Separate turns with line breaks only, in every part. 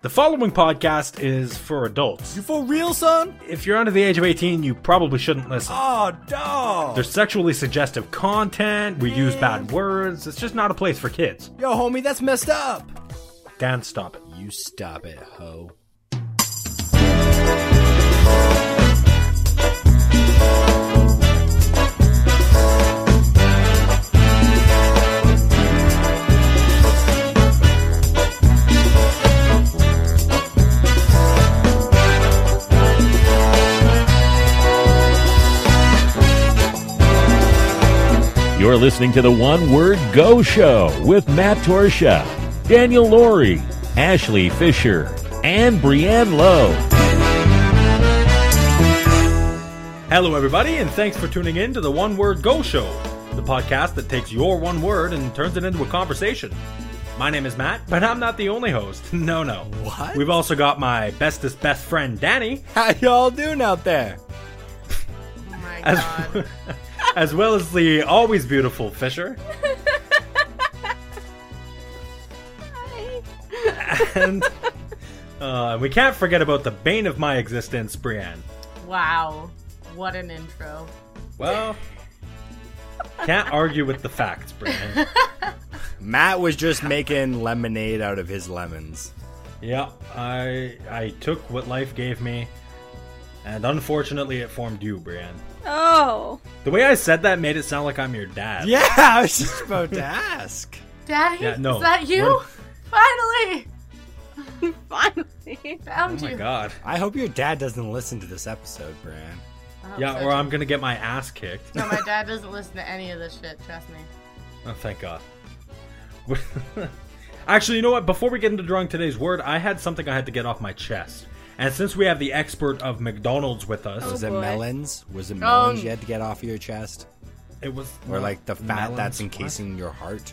The following podcast is for adults.
You for real, son?
If you're under the age of 18, you probably shouldn't listen.
Oh, dog.
There's sexually suggestive content, we use bad words, it's just not a place for kids.
Yo, homie, that's messed up.
Dan, stop it.
You stop it, ho.
You're listening to the One Word Go Show with Matt Torsha, Daniel Laurie, Ashley Fisher, and Brianne Lowe.
Hello, everybody, and thanks for tuning in to the One Word Go Show, the podcast that takes your one word and turns it into a conversation. My name is Matt, but I'm not the only host. No, no.
What?
We've also got my bestest best friend, Danny,
How y'all doing out there?
as, as well as the always beautiful Fisher. and uh, we can't forget about the bane of my existence, Brienne.
Wow. What an intro.
Well, can't argue with the facts, Brienne.
Matt was just making lemonade out of his lemons.
yeah, I I took what life gave me, and unfortunately, it formed you, Brienne.
Oh.
The way I said that made it sound like I'm your dad.
Yeah, I was just about to ask.
Daddy?
Yeah, no.
Is that you?
We're-
Finally!
Oh
Finally.
Found
my
you.
god.
I hope your dad doesn't listen to this episode, Bran.
I hope
Yeah,
so,
or
too.
I'm gonna get my ass kicked.
No, my dad doesn't listen to any of this shit, trust me.
Oh, thank God. Actually, you know what? Before we get into drawing today's word, I had something I had to get off my chest. And since we have the expert of McDonald's with us,
Was
Oh,
it
boy. Um,
melons? Was it melons
Oh.
you had to get off your chest?
it was
Or like the fat
Melons?
that's encasing your heart?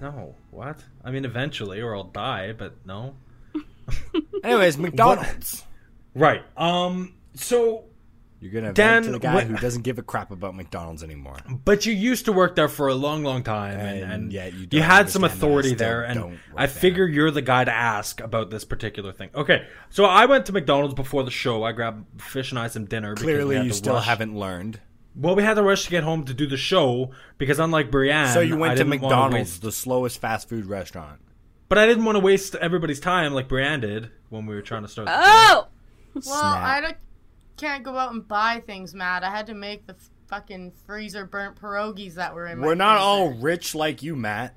What? No, what? I mean, eventually, or I'll die. But no.
Anyways, McDonald's.
Right. Um. So,
You're gonna
Dan,
vent to the guy
what-
who doesn't give a crap about McDonald's anymore.
but you used to work there for a long, long time, and,
And
and
yet you
you
don't
had some
understand that I
authority
still
there.
don't
And
work
I
there.
figure you're the guy to ask about this particular thing. Okay. So I went to McDonald's before the show. I grabbed fish and I some dinner. because we
Clearly,
had
you
to
still
rush.
haven't leurned.
Well, we had to rush to get home to do the show because, unlike Brienne,
So you went
I
to
didn't wanna
McDonald's,
waste-
the slowest fast food restaurant.
but I didn't want to waste everybody's time like Brienne did when we were trying to start. the-
Oh.
Well,
Snap.
I don't, can't go out and buy things, Matt. I had to make the f- fucking freezer burnt pierogies that were in my
We're not
freezer.
all rich like you, Matt.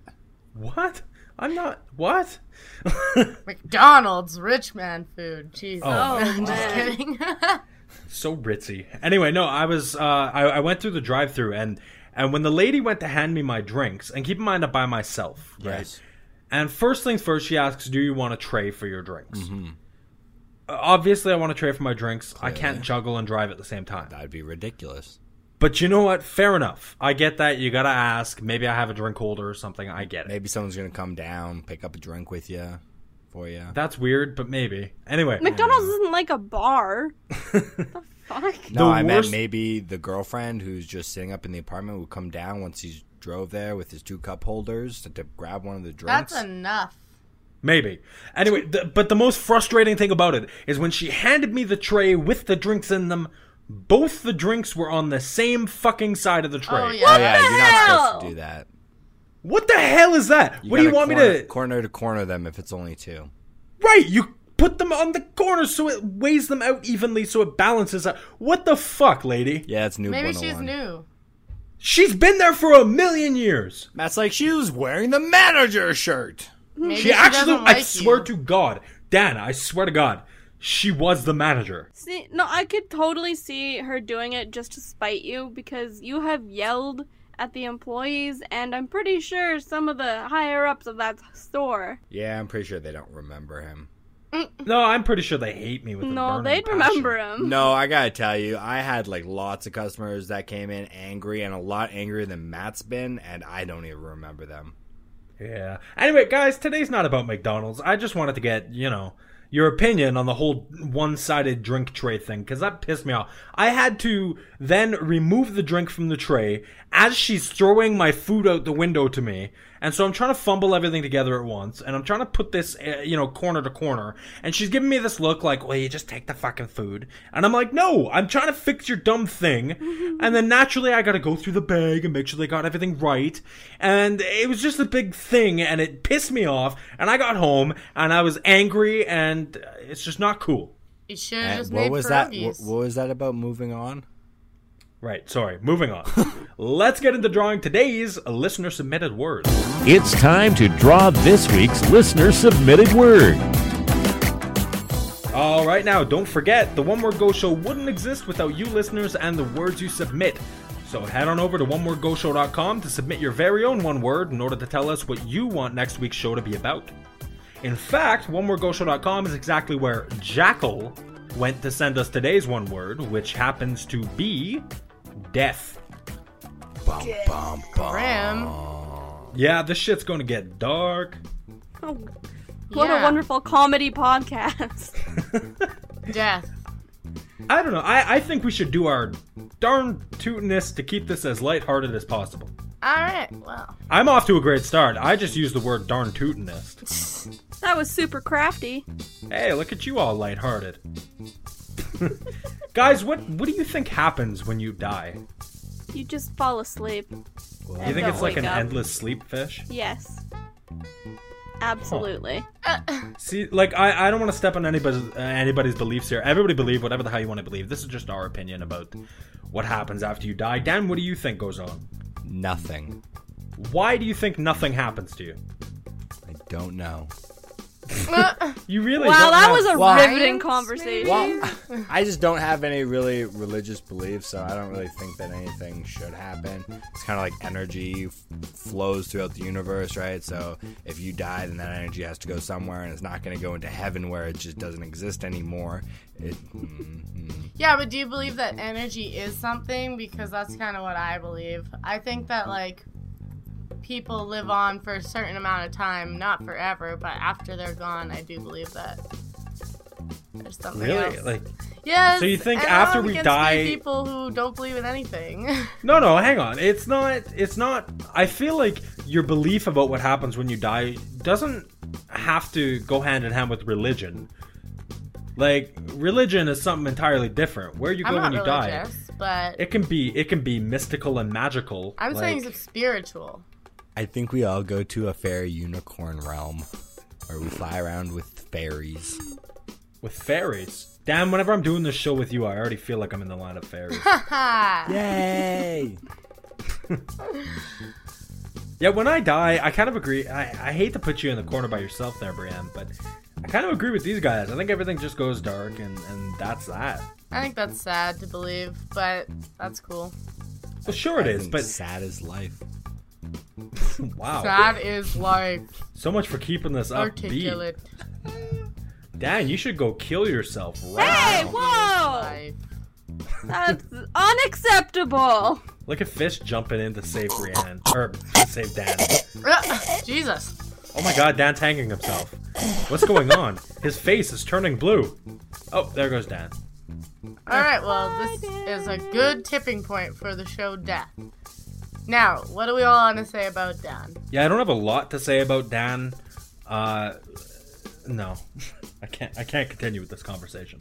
what? I'm not. What?
McDonald's rich man food. Jesus.
Oh,
I'm just kidding.
so ritzy. Anyway, no, I was. Uh, I, I went through the drive-through and and when the lady went to hand me my drinks, and keep in mind I'm by myself, right?
Yes.
And first things first, she asks, "Do you want a tray for your drinks?" Uh, Obviously, I want a tray for my drinks. I can't juggle and drive at the same time.
That'd be ridiculous.
But you know what? Fair enough. I get that. You gotta ask. Maybe I have a drink holder or something. I get it.
Maybe someone's gonna come down, pick up a drink with you, for you.
That's weird, but maybe. Anyway,
McDonald's isn't like a bar. the fuck?
No,
The
I meant
worst-
maybe the girlfriend who's just sitting up in the apartment would come down once he's drove there with his two cup holders to, to grab one of the drinks.
That's enough.
maybe. Anyway, th- but the most frustrating thing about it is when she handed me the tray with the drinks in them. Both the drinks were on the same fucking side of the tray.
Oh,
oh
yeah.
yeah, you're not supposed to
hell?
do that.
What the hell is that? what do you
gotta
want
corner,
me to?
corner to corner them if it's only two?
Right, you put them on the corner so it weighs them out evenly, so it balances out. What the fuck, lady?
Yeah, it's oh new.
Maybe she's
101.
new.
She's been there for a million years.
Matt's like she was wearing the manager shirt.
Maybe
She actually,
doesn't like
I
you.
swear to God, Dan, I swear to God, she was the manager.
See, no, I could totally see her doing it just to spite you because you have yelled at the employees, and I'm pretty sure some of the higher ups of that store.
Yeah, I'm pretty sure they don't remember him.
No, I'm pretty sure they hate me with a
No,
burning
they'd
passion.
remember him.
No, I gotta tell you, I had like lots of customers that came in angry and a lot angrier than Matt's been, and I don't even remember them.
Yeah. Anyway, guys, today's not about McDonald's. I just wanted to get you know your opinion on the whole one-sided drink tray thing because that pissed me off. I had to then remove the drink from the tray as she's throwing my food out the window to me. And so I'm trying to fumble everything together at once, and I'm trying to put this, uh, you know, corner to corner. And she's giving me this look like, "Well, you just take the fucking food." And I'm like, "No, I'm trying to fix your dumb thing." and then naturally, I got to go through the bag and make sure they got everything right. And it was just a big thing, and it pissed me off. And I got home, and I was angry, and uh, it's just not cool.
You should have
And
just
what
made
was that? wh-
pierogies.
What, was that about moving on?
Right, sorry. Moving on. Let's get into drawing today's listener submitted words.
It's time to draw this week's listener submitted word.
All right, now don't forget the One Word Go Show wouldn't exist without you listeners and the words you submit. So head on over to onewordgoshow.com to submit your very own one word in order to tell us what you want next week's show to be about. In fact, onewordgoshow.com is exactly where Jackal went to send us today's one word, which happens to be death.
Bum, bum, bum.
Grim.
Yeah, this shit's gonna get dark.
Oh, what
Yeah.
a wonderful comedy podcast.
Death.
I don't know. I, I think we should do our darn tootinest to keep this as lighthearted as possible.
All right. Well,
I'm off to a great start. I just used the word darn tootinest.
that was super crafty.
Hey, look at you all lighthearted. Guys, what what do you think happens when you die?
You just fall asleep.
Do you think
Don't
it's like
wake
an
up.
endless sleep fish?
Yes. Absolutely.
See, like I, I don't want to step on anybody's uh, anybody's beliefs here. Everybody believe whatever the hell you want to believe. This is just our opinion about what happens after you die. Dan, what do you think goes on?
Nothing.
Why do you think nothing happens to you?
I don't know.
You really
Wow,
don't
that
have-
was a
Well-
riveting conversation.
Well, I just don't have any really religious beliefs, so I don't really think that anything should happen. It's kind of like energy f- flows throughout the universe, right? So if you die, then that energy has to go somewhere, and it's not going to go into heaven where it just doesn't exist anymore. It, mm, mm.
yeah, but do you believe that energy is something? Because that's kind of what I believe. I think that like people live on for a certain amount of time, not forever, but after they're gone, I do believe that. There's something
really
else.
like
yes.
So you think
and
after
I'm
we
against
die-
people who don't believe in anything.
No, no, hang on. It's not. It's not. I feel like your belief about what happens when you die doesn't have to go hand in hand with religion. Like religion is something entirely different. Where you go
I'm
when
not
you die,
religious, but
it can be it can be mystical and magical.
I'm
like,
saying it's spiritual.
I think we all go to a fairy unicorn realm where we fly around with fairies.
with fairies. Damn, whenever I'm doing this show with you, I already feel like I'm in the line of fairies.
Ha!
Yay!
yeah, when I die, I kind of agree. I, I hate to put you in the corner by yourself there, Brienne, but I kind of agree with these guys. I think everything just goes dark, and, and that's that.
I think that's sad to believe, but that's cool.
Well, sure it is, but
sad is life.
wow.
Sad is like
So much for keeping this upbeat.
articulate
Dan, you should go kill yourself right
Hey,
now.
whoa!
life.
That's unacceptable.
Look at Fish jumping in to save Brienne. Or to save Dan.
Ah, Jesus.
Oh my god, Dan's hanging himself. What's going on? His face is turning blue. Oh, there goes Dan.
All right, well, this is a good tipping point for the show Death. Now, what do we all want to say about Dan?
Yeah, I don't have a lot to say about Dan. Uh no. I can't I can't continue with this conversation.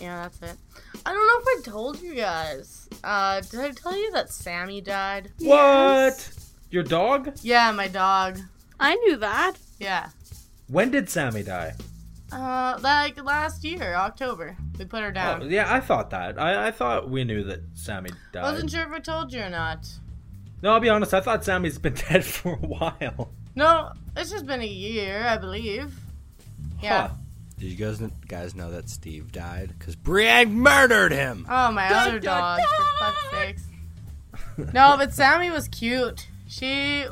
Yeah, that's it. I don't know if I told you guys. Uh, did I tell you that Sammy died?
Yes.
What? Your dog?
Yeah, my dog.
I knew that.
Yeah.
When did Sammy die?
Uh, like last year, October, we put her down.
Oh, yeah, I thought that. I, I thought we knew that Sammy Oh, died.
Wasn't sure if I told you or not.
No, I'll be honest. I thought Sammy's been dead for a while.
No, it's just been a year, I believe. Yeah.
Huh.
Did you guys guys know that Steve died? Because Brienne murdered him.
Oh, my other dog,
dun,
for fuck's sakes. No, but Sammy was cute. She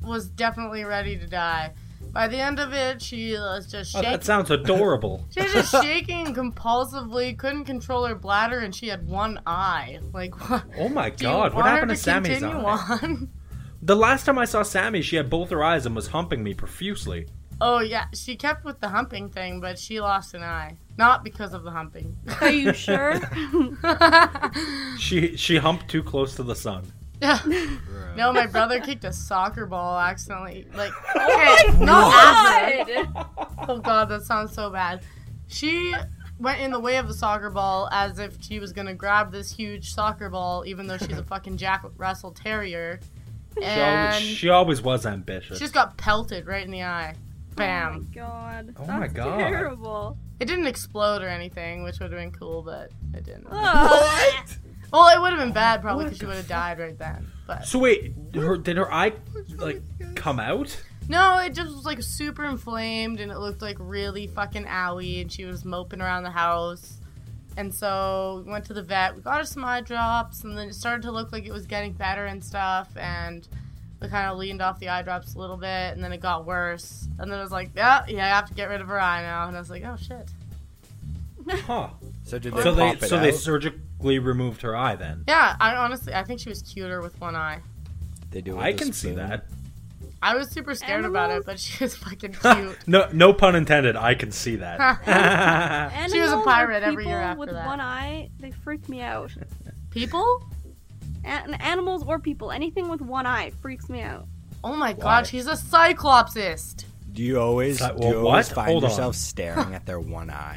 was definitely ready to die. By the end of it, she was just
Oh,
shaking.
that sounds adorable.
she was just shaking compulsively, couldn't control her bladder, and she had one eye. Like, what?
Oh my
do you
god, what
want her
happened to Sammy's
continue
eye?
on?
The last time I saw Sammy, she had both her eyes and was humping me profusely.
Oh yeah, she kept with the humping thing, but she lost an eye. Not because of the humping.
Are you sure?
She she humped too close to the sun.
no, my brother kicked a soccer ball accidentally. Like,
No,
not accidentally.
Oh God!
Oh god, that sounds so bad. She went in the way of the soccer ball as if she was gonna grab this huge soccer ball, even though she's a fucking Jack Russell Terrier.
She always,
And she
she always was ambitious.
just got pelted right in the eye.
Oh
Bam.
my god.
Oh
That's
my God.
Terrible.
It didn't explode or anything, which would have been cool, but it didn't.
Ah. Ugh.
Well, it would have been bad probably because she would have died right then. But
So wait, her, did her eye like come out?
no, it just was like super inflamed and it looked like really fucking owie and she was moping around the house. And so we went to the vet. We got her some eye drops and then it started to look like it was getting better and stuff and we kind of leaned off the eye drops a little bit and then it got worse. And then it was like, yeah, yeah, I have to get rid of her eye now. And I was like, oh shit.
Huh.
So did they
So they
pop it
so
out?
they surgically removed her eye then.
Yeah, I honestly, I think she was cuter with one eye.
They do. it
I
with a
can see
spoon.
that.
I was super scared about it,
Animals?
but she was fucking cute.
No no pun intended, I can see that.
She was a
Animals or
pirate every year
people
after
with
that.
one eye, they freak me out.
People?
An- animals or people, anything with one eye freaks me out.
Oh my
Why?
god, she's a cyclopsist.
Do you always,
It's like,
do you
well,
always
what?
find
Hold on.
yourself staring at their one eye?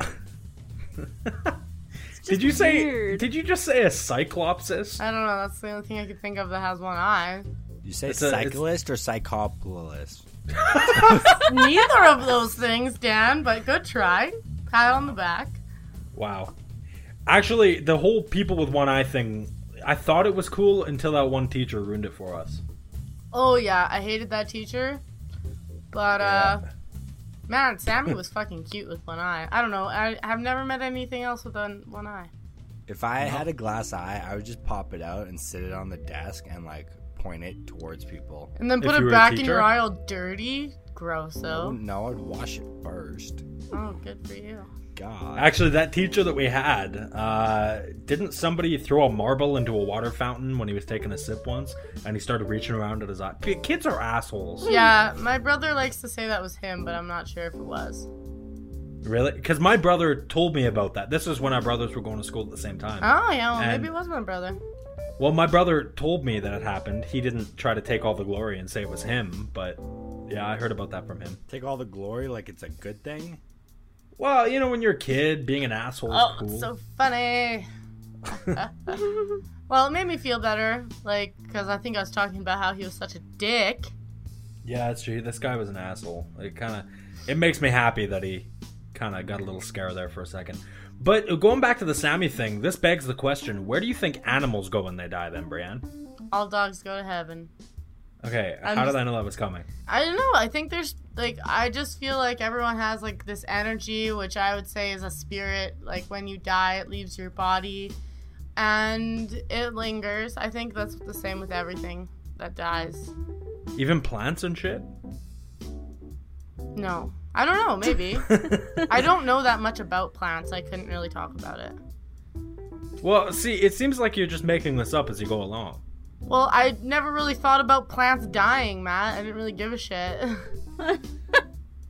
It's just
did you say
weird.
did you just say a cyclopsis?
I don't know, that's the only thing I could think of that has one eye.
You say
It's a- it's-
cyclist or psychopolist?
Neither of those things, Dan, but good try. Pat on the back.
Wow. Actually, the whole people with one eye thing, I thought it was cool until that one teacher ruined it for us.
Oh yeah, I hated that teacher. But uh man, Sammy was fucking cute with one eye. I don't know, I have never met anything else with un- one eye.
If I had a glass eye, I would just pop it out and sit it on the desk and like point it towards people.
And then
If
put
you
it
were a
back in
teacher? Mm.
your eye all dirty. Grosso.
no, I'd wash it first.
Oh, good for you.
God.
Actually, that teacher that we had, uh, didn't somebody throw a marble into a water fountain when he was taking a sip once, and he started reaching around at his eye? P- Kids are assholes,
Yeah, my brother likes to say that was him, but I'm not sure if it was.
really. Because my brother told me about that. This was when our brothers were going to school at the same time.
Oh yeah, well,
And-
maybe it was my brother.
Well, my brother told me that it happened. He didn't try to take all the glory and say it was him, but yeah, I heard about that from him.
Take all the glory like it's a good thing?
Well, you know, when you're a kid, being an asshole is
Oh,
cool.
it's so funny. well, it made me feel better, like, because I think I was talking about how he was such a dick.
Yeah, that's true. This guy was an asshole. It kind of it makes me happy that he kind of got a little scare there for a second. But going back to the Sammy thing, this begs the question: Where do you think animals go when they die? Then, Brienne.
All dogs go to heaven.
Okay,
I'm
how
just-
did I know that was coming?
I don't know. I think there's like I just feel like everyone has like this energy, which I would say is a spirit. Like when you die, it leaves your body, and it lingers. I think that's the same with everything that dies.
Even plants and shit.
No, I don't know. Maybe I don't know that much about plants. I couldn't really talk about it.
Well, see, it seems like you're just making this up as you go along.
Well, I never really thought about plants dying, Matt. I didn't really give a shit.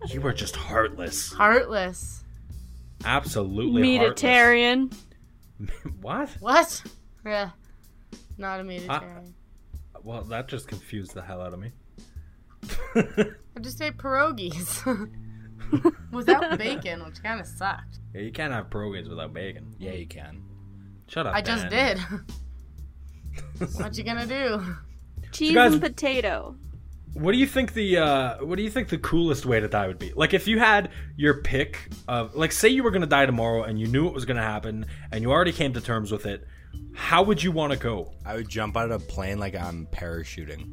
You are just heartless.
Heartless.
Absolutely heartless.
Meatitarian.
what?
What? Yeah. Not a vegetarian.
Well, that just confused the hell out of me.
I just ate pierogies. Without bacon, which kind of sucked.
yeah, you can't have pierogies without bacon.
Yeah, you can.
Shut up.
I just
Dan.
did. what you gonna do?
Cheese
guys-
and potato.
What do you think the uh, what do you think the coolest way to die would be? Like if you had your pick of like say you were gonna die tomorrow and you knew it was gonna happen and you already came to terms with it, how would you wanna go?
I would jump out of a plane like I'm parachuting.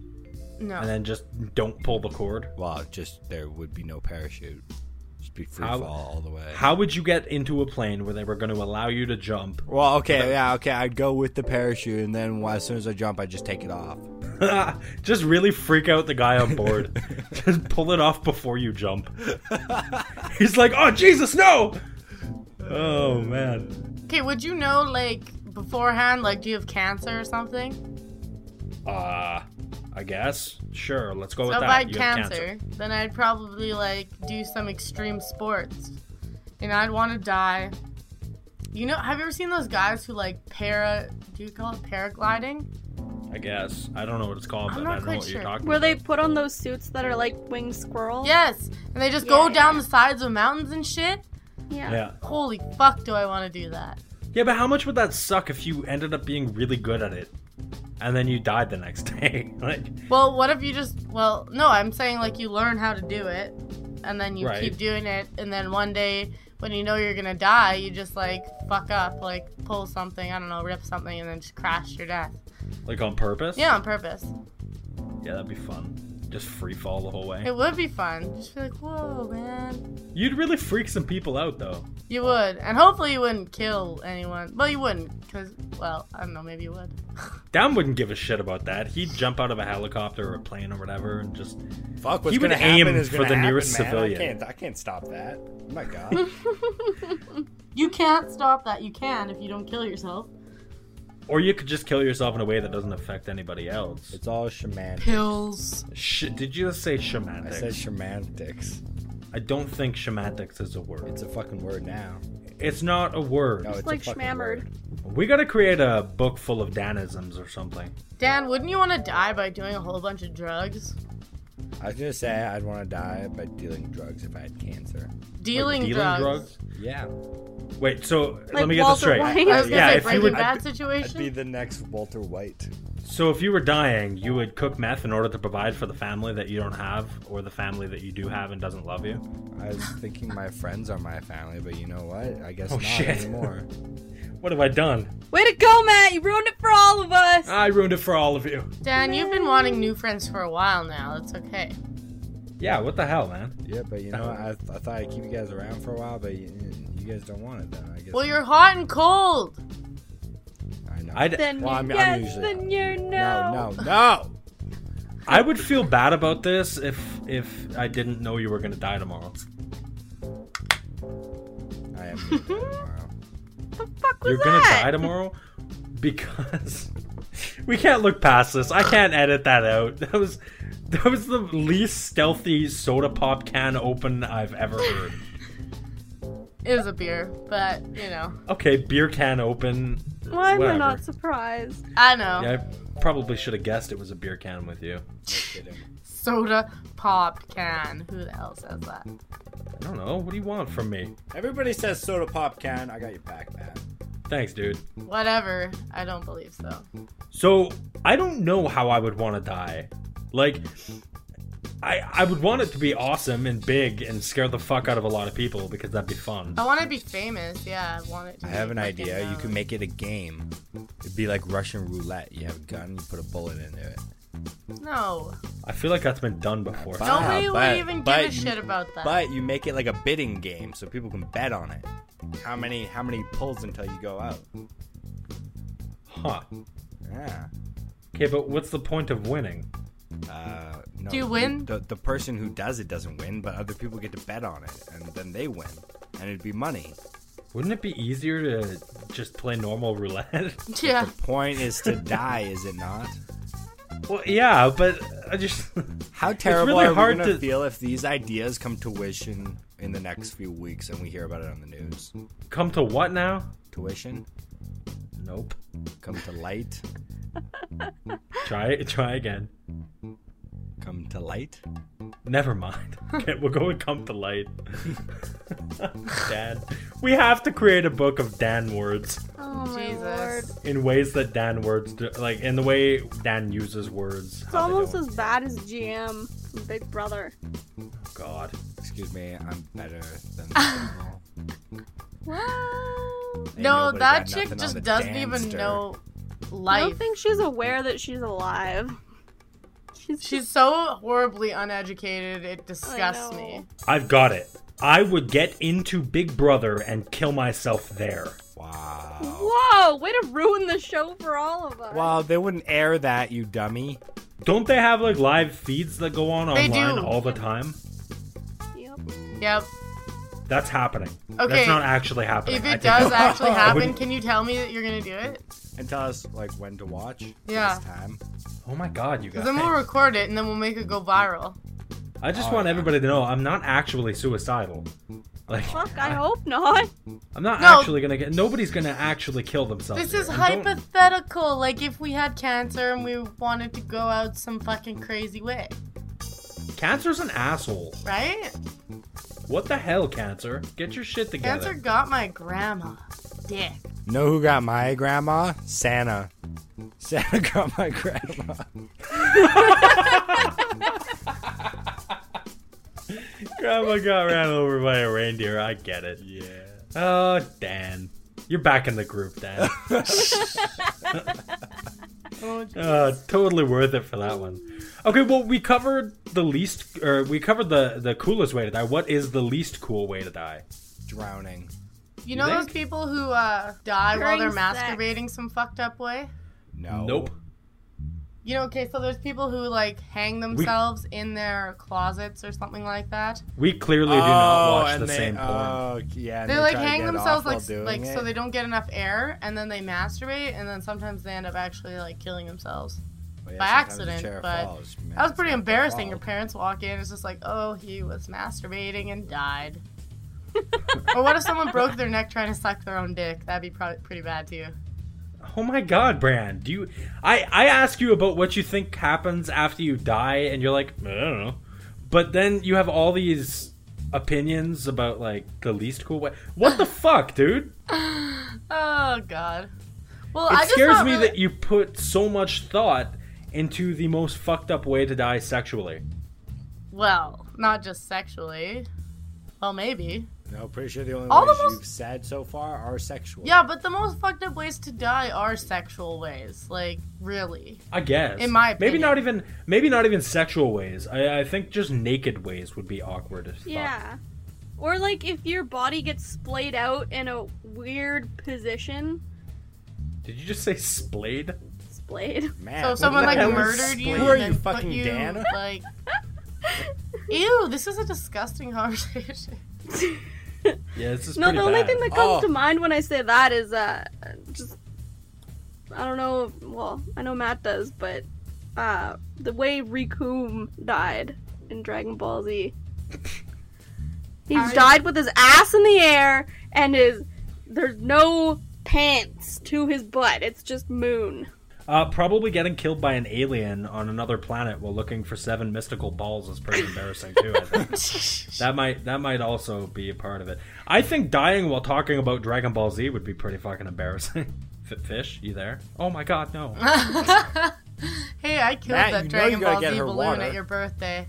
No.
And then just don't pull the cord?
Well, just there would be no parachute. Just be free
How-
fall all the way.
How would you get into a plane where they were gonna allow you to jump?
well, okay, yeah, okay. I'd go with the parachute, and then as soon as I jump, I just take it off.
just really freak out the guy on board. just pull it off before you jump. He's like, Oh Jesus, no! Oh man.
Okay, would you know like beforehand? Like, do you have cancer or something?
Uh I guess. Sure, let's go with
So if
that.
I had
You have
cancer, then I'd probably like do some extreme sports, and I'd want to die. You know, have you ever seen those guys who like para? Do you call it paragliding?
I guess. I don't know what it's called,
I'm
but
not
I don't know
quite
what you're
sure.
talking
Where they
about.
put on those suits that are like winged squirrel.
Yes, and they just go
Yeah.
down the sides of mountains and shit.
Yeah.
Yeah.
Holy fuck, do I want to do that?
Yeah, but how much would that suck if you ended up being really good at it? And then you died the next day. like
Well, what if you just? Well, no, I'm saying like you learn how to do it, and then you
Right.
keep doing it, and then one day when you know you're gonna die, you just like fuck up, like pull something, I don't know, rip something, and then just crash your death.
like on purpose?
Yeah, on purpose.
Yeah, that'd be fun. Just free fall the whole way.
It would be fun. Just be like, whoa, man.
You'd really freak some people out though.
You would, and hopefully you wouldn't kill anyone. Well, you wouldn't, cause well, I don't know, maybe you would.
Dan wouldn't give a shit about that. He'd jump out of a helicopter or a plane or whatever and just
Fuck, what's
He would
gonna
aim
happen is
for
gonna
the
happen,
nearest
man.
civilian.
I can't, I can't stop that. Oh my god.
You can't stop that. You can if you don't kill yourself.
or you could just kill yourself in a way that doesn't affect anybody else.
it's all shamanic.
Pills.
Sh- did you just say
I
shamantics? I,
said shamanics.
don't think shamantics is a word.
It's a fucking word now.
It's not a word.
No, it's
It's like
a fucking
shmammered.
word.
We gotta create a book full of Danisms or something.
Dan, wouldn't you want to die by doing a whole bunch of drugs?
I was gonna say I'd want to die by dealing drugs if I had cancer.
Dealing,
like
drugs.
Yeah.
Wait, so
Like
let me get this
Walter
straight.
White.
I was gonna
Yeah,
say
if you
Breaking
would-
Bad
I'd be
situation.
the next Walter White.
So if you were dying, you would cook meth in order to provide for the family that you don't have, or the family that you do have and doesn't love you.
I was thinking my friends are my family, but you know what? I guess
Oh,
not
shit.
anymore.
What have I done?
Way to go, Matt! You ruined it for all of us.
I ruined it for all of you.
Dan, you've been wanting new friends for a while now. That's okay.
Yeah, what the hell, man?
Yeah, but you know, what? I, I thought I'd keep you guys around for a while, but you, you guys don't want it then. I guess.
Well, you're hot and cold.
I know.
I'd,
Then
Well,
you're
I'm- I'm
yes,
usually-
then you're
no,
no.
no, no.
I would feel bad about this if if I didn't know you were gonna die tomorrow.
I am gonna die tomorrow.
What the fuck was
You're gonna
that?
die tomorrow because we can't look past this. I can't edit that out. That was that was the least stealthy soda pop can open I've ever heard.
It was a beer, but you know,
Okay, beer can open.
Why am I
whatever.
not surprised?
I know.
Yeah, I probably should have guessed it was a beer can with you.
No kidding.
Soda pop can. Who the hell says that?
I don't know. What do you want from me?
Everybody says soda pop can. I got your back, Matt.
Thanks, dude.
Whatever. I don't believe so.
So I don't know how I would want to die. Like, I I would want it to be awesome and big and scare the fuck out of a lot of people because that'd be fun.
I want to be famous. Yeah, I want it. To
I
be
have an
fucking
idea. You
known.
can uh, make it a game. It'd be like Russian roulette. You have a gun, you put a bullet into it.
No.
I feel like that's been done before.
But- Ah,
Nobody
but-
would even
but
give a
you-
shit about that.
But you make it like a bidding game so people can bet on it. How many how many pulls until you go out?
Huh.
Yeah.
Okay, but what's the point of winning?
Uh, no,
Do you win?
The, the person who does it doesn't win, but other people get to bet on it, and then they win, and it'd be money.
Wouldn't it be easier to just play normal roulette?
yeah.
The point is to die, is it not?
well, yeah, but I just
How terrible
really
are
hard
we gonna
to-
feel if these ideas come to fruition in the next few weeks and we hear about it on the news?
come to what now?
Tuition
Nope.
come to light,
Try it. Try again.
come to light.
Never mind. Okay, we'll go and come to light. Dan. We have to create a book of Dan words
Oh my lord.
Jesus.
It's
in ways that Dan words do, like in the way Dan uses words. It's
almost as bad as GM from Big Brother.
God.
Excuse me, I'm better than. the devil. Ain't
No,
nobody
that
got
chick
nothing on the
just doesn't even
danster.
know
I
life.
don't think she's aware that she's alive. She's
She's so horribly uneducated, it disgusts me.
I've got it. I would get into Big Brother and kill myself there.
Wow.
Whoa! Way to ruin the show for all of us.
Wow, they wouldn't air that, you dummy.
Don't they have like live feeds that go on
They
online
do.
all the time?
Yep.
Yep.
That's happening.
Okay.
That's not actually happening.
If
I
it
think-
does actually happen,
wouldn't-
can you tell me that you're gonna do it?
And tell us like when to watch.
Yeah.
This time.
Oh my god, you guys.
Because then we'll record it and then we'll make it go viral.
I just
Oh,
want
yeah.
everybody to know I'm not actually suicidal. Like,
Fuck, I hope not.
I'm not
No.
actually gonna get. Nobody's gonna actually kill themselves.
This
here.
is
And don't-
hypothetical. Like if we had cancer and we wanted to go out some fucking crazy way,
Cancer's an asshole.
right?
What the hell, cancer? Get your shit together.
Cancer got my grandma. Dick.
Know who got my grandma? Santa. Santa got my grandma.
Grandma got Oh ran over by a reindeer. I get it. Yeah. Oh, Dan. You're back in the group, Dan.
Oh, j-
Uh, totally worth it for that one. Okay, well, we covered the least, or we covered the the coolest way to die. What is the least cool way to die?
Drowning.
you know those
think?
people who uh, die while they're
During sex.
masturbating some fucked up way?
No.
Nope.
You know, okay, so there's people who like hang themselves in their closets or something like that.
We clearly
Oh,
do not watch
and
the
they,
same porn.
Oh, yeah. and
They,
they
like
try to
hang
get off
themselves
while
like s-
doing
like so
it.
they don't get enough air, and then they masturbate, and then sometimes they end up actually like killing themselves.
Well, yeah,
by
sometimes the
accident,
chair
but
falls. Man,
That was
it's not
pretty
their
embarrassing. Your
fault.
parents walk in, it's just like, oh, he was masturbating and died. or what if someone broke their neck trying to suck their own dick? That'd be probably pretty bad too.
Oh my god, Brand. Do you I I ask you about what you think happens after you die and you're like, I don't know. But then you have all these opinions about like the least cool way. What the fuck, dude?
Oh god. Well, I
It
just
scares
not
me
really-
that you put so much thought into the most fucked up way to die sexually.
Well, not just sexually. Well, maybe.
No, pretty sure the only
All the
ones
most-
you've said so far are sexual.
Yeah, but the most fucked up ways to die are sexual ways. Like, really.
I guess.
In my
maybe
opinion.
not even maybe not even sexual ways. I, I think just naked ways would be awkward as fuck.
Yeah. Or like if your body gets splayed out in a weird position.
Did you just say splayed?
Splayed.
Man,
So
what
if someone
the
like
hell is
murdered you,
spleen? Who are
and
you,
then put
fucking
you,
Dan?
Like, ew, this is a disgusting conversation.
Yeah, this is
no,
pretty
the only
bad.
thing that comes
Oh.
to mind when I say that is uh just I don't know well, I know Matt does, but uh the way Rikum died in Dragon Ball Z. He
I-
died with his ass in the air and his there's no pants to his butt. It's just moon.
Uh, probably getting killed by an alien on another planet while looking for seven mystical balls is pretty embarrassing too. I think. that might that might also be a part of it. I think dying while talking about Dragon Ball Z would be pretty fucking embarrassing. F- Fish, you there? Oh my god, no!
hey, I
Matt, you
killed
know
that
you gotta
Dragon Ball
get
Z
her
balloon
water.
at your birthday.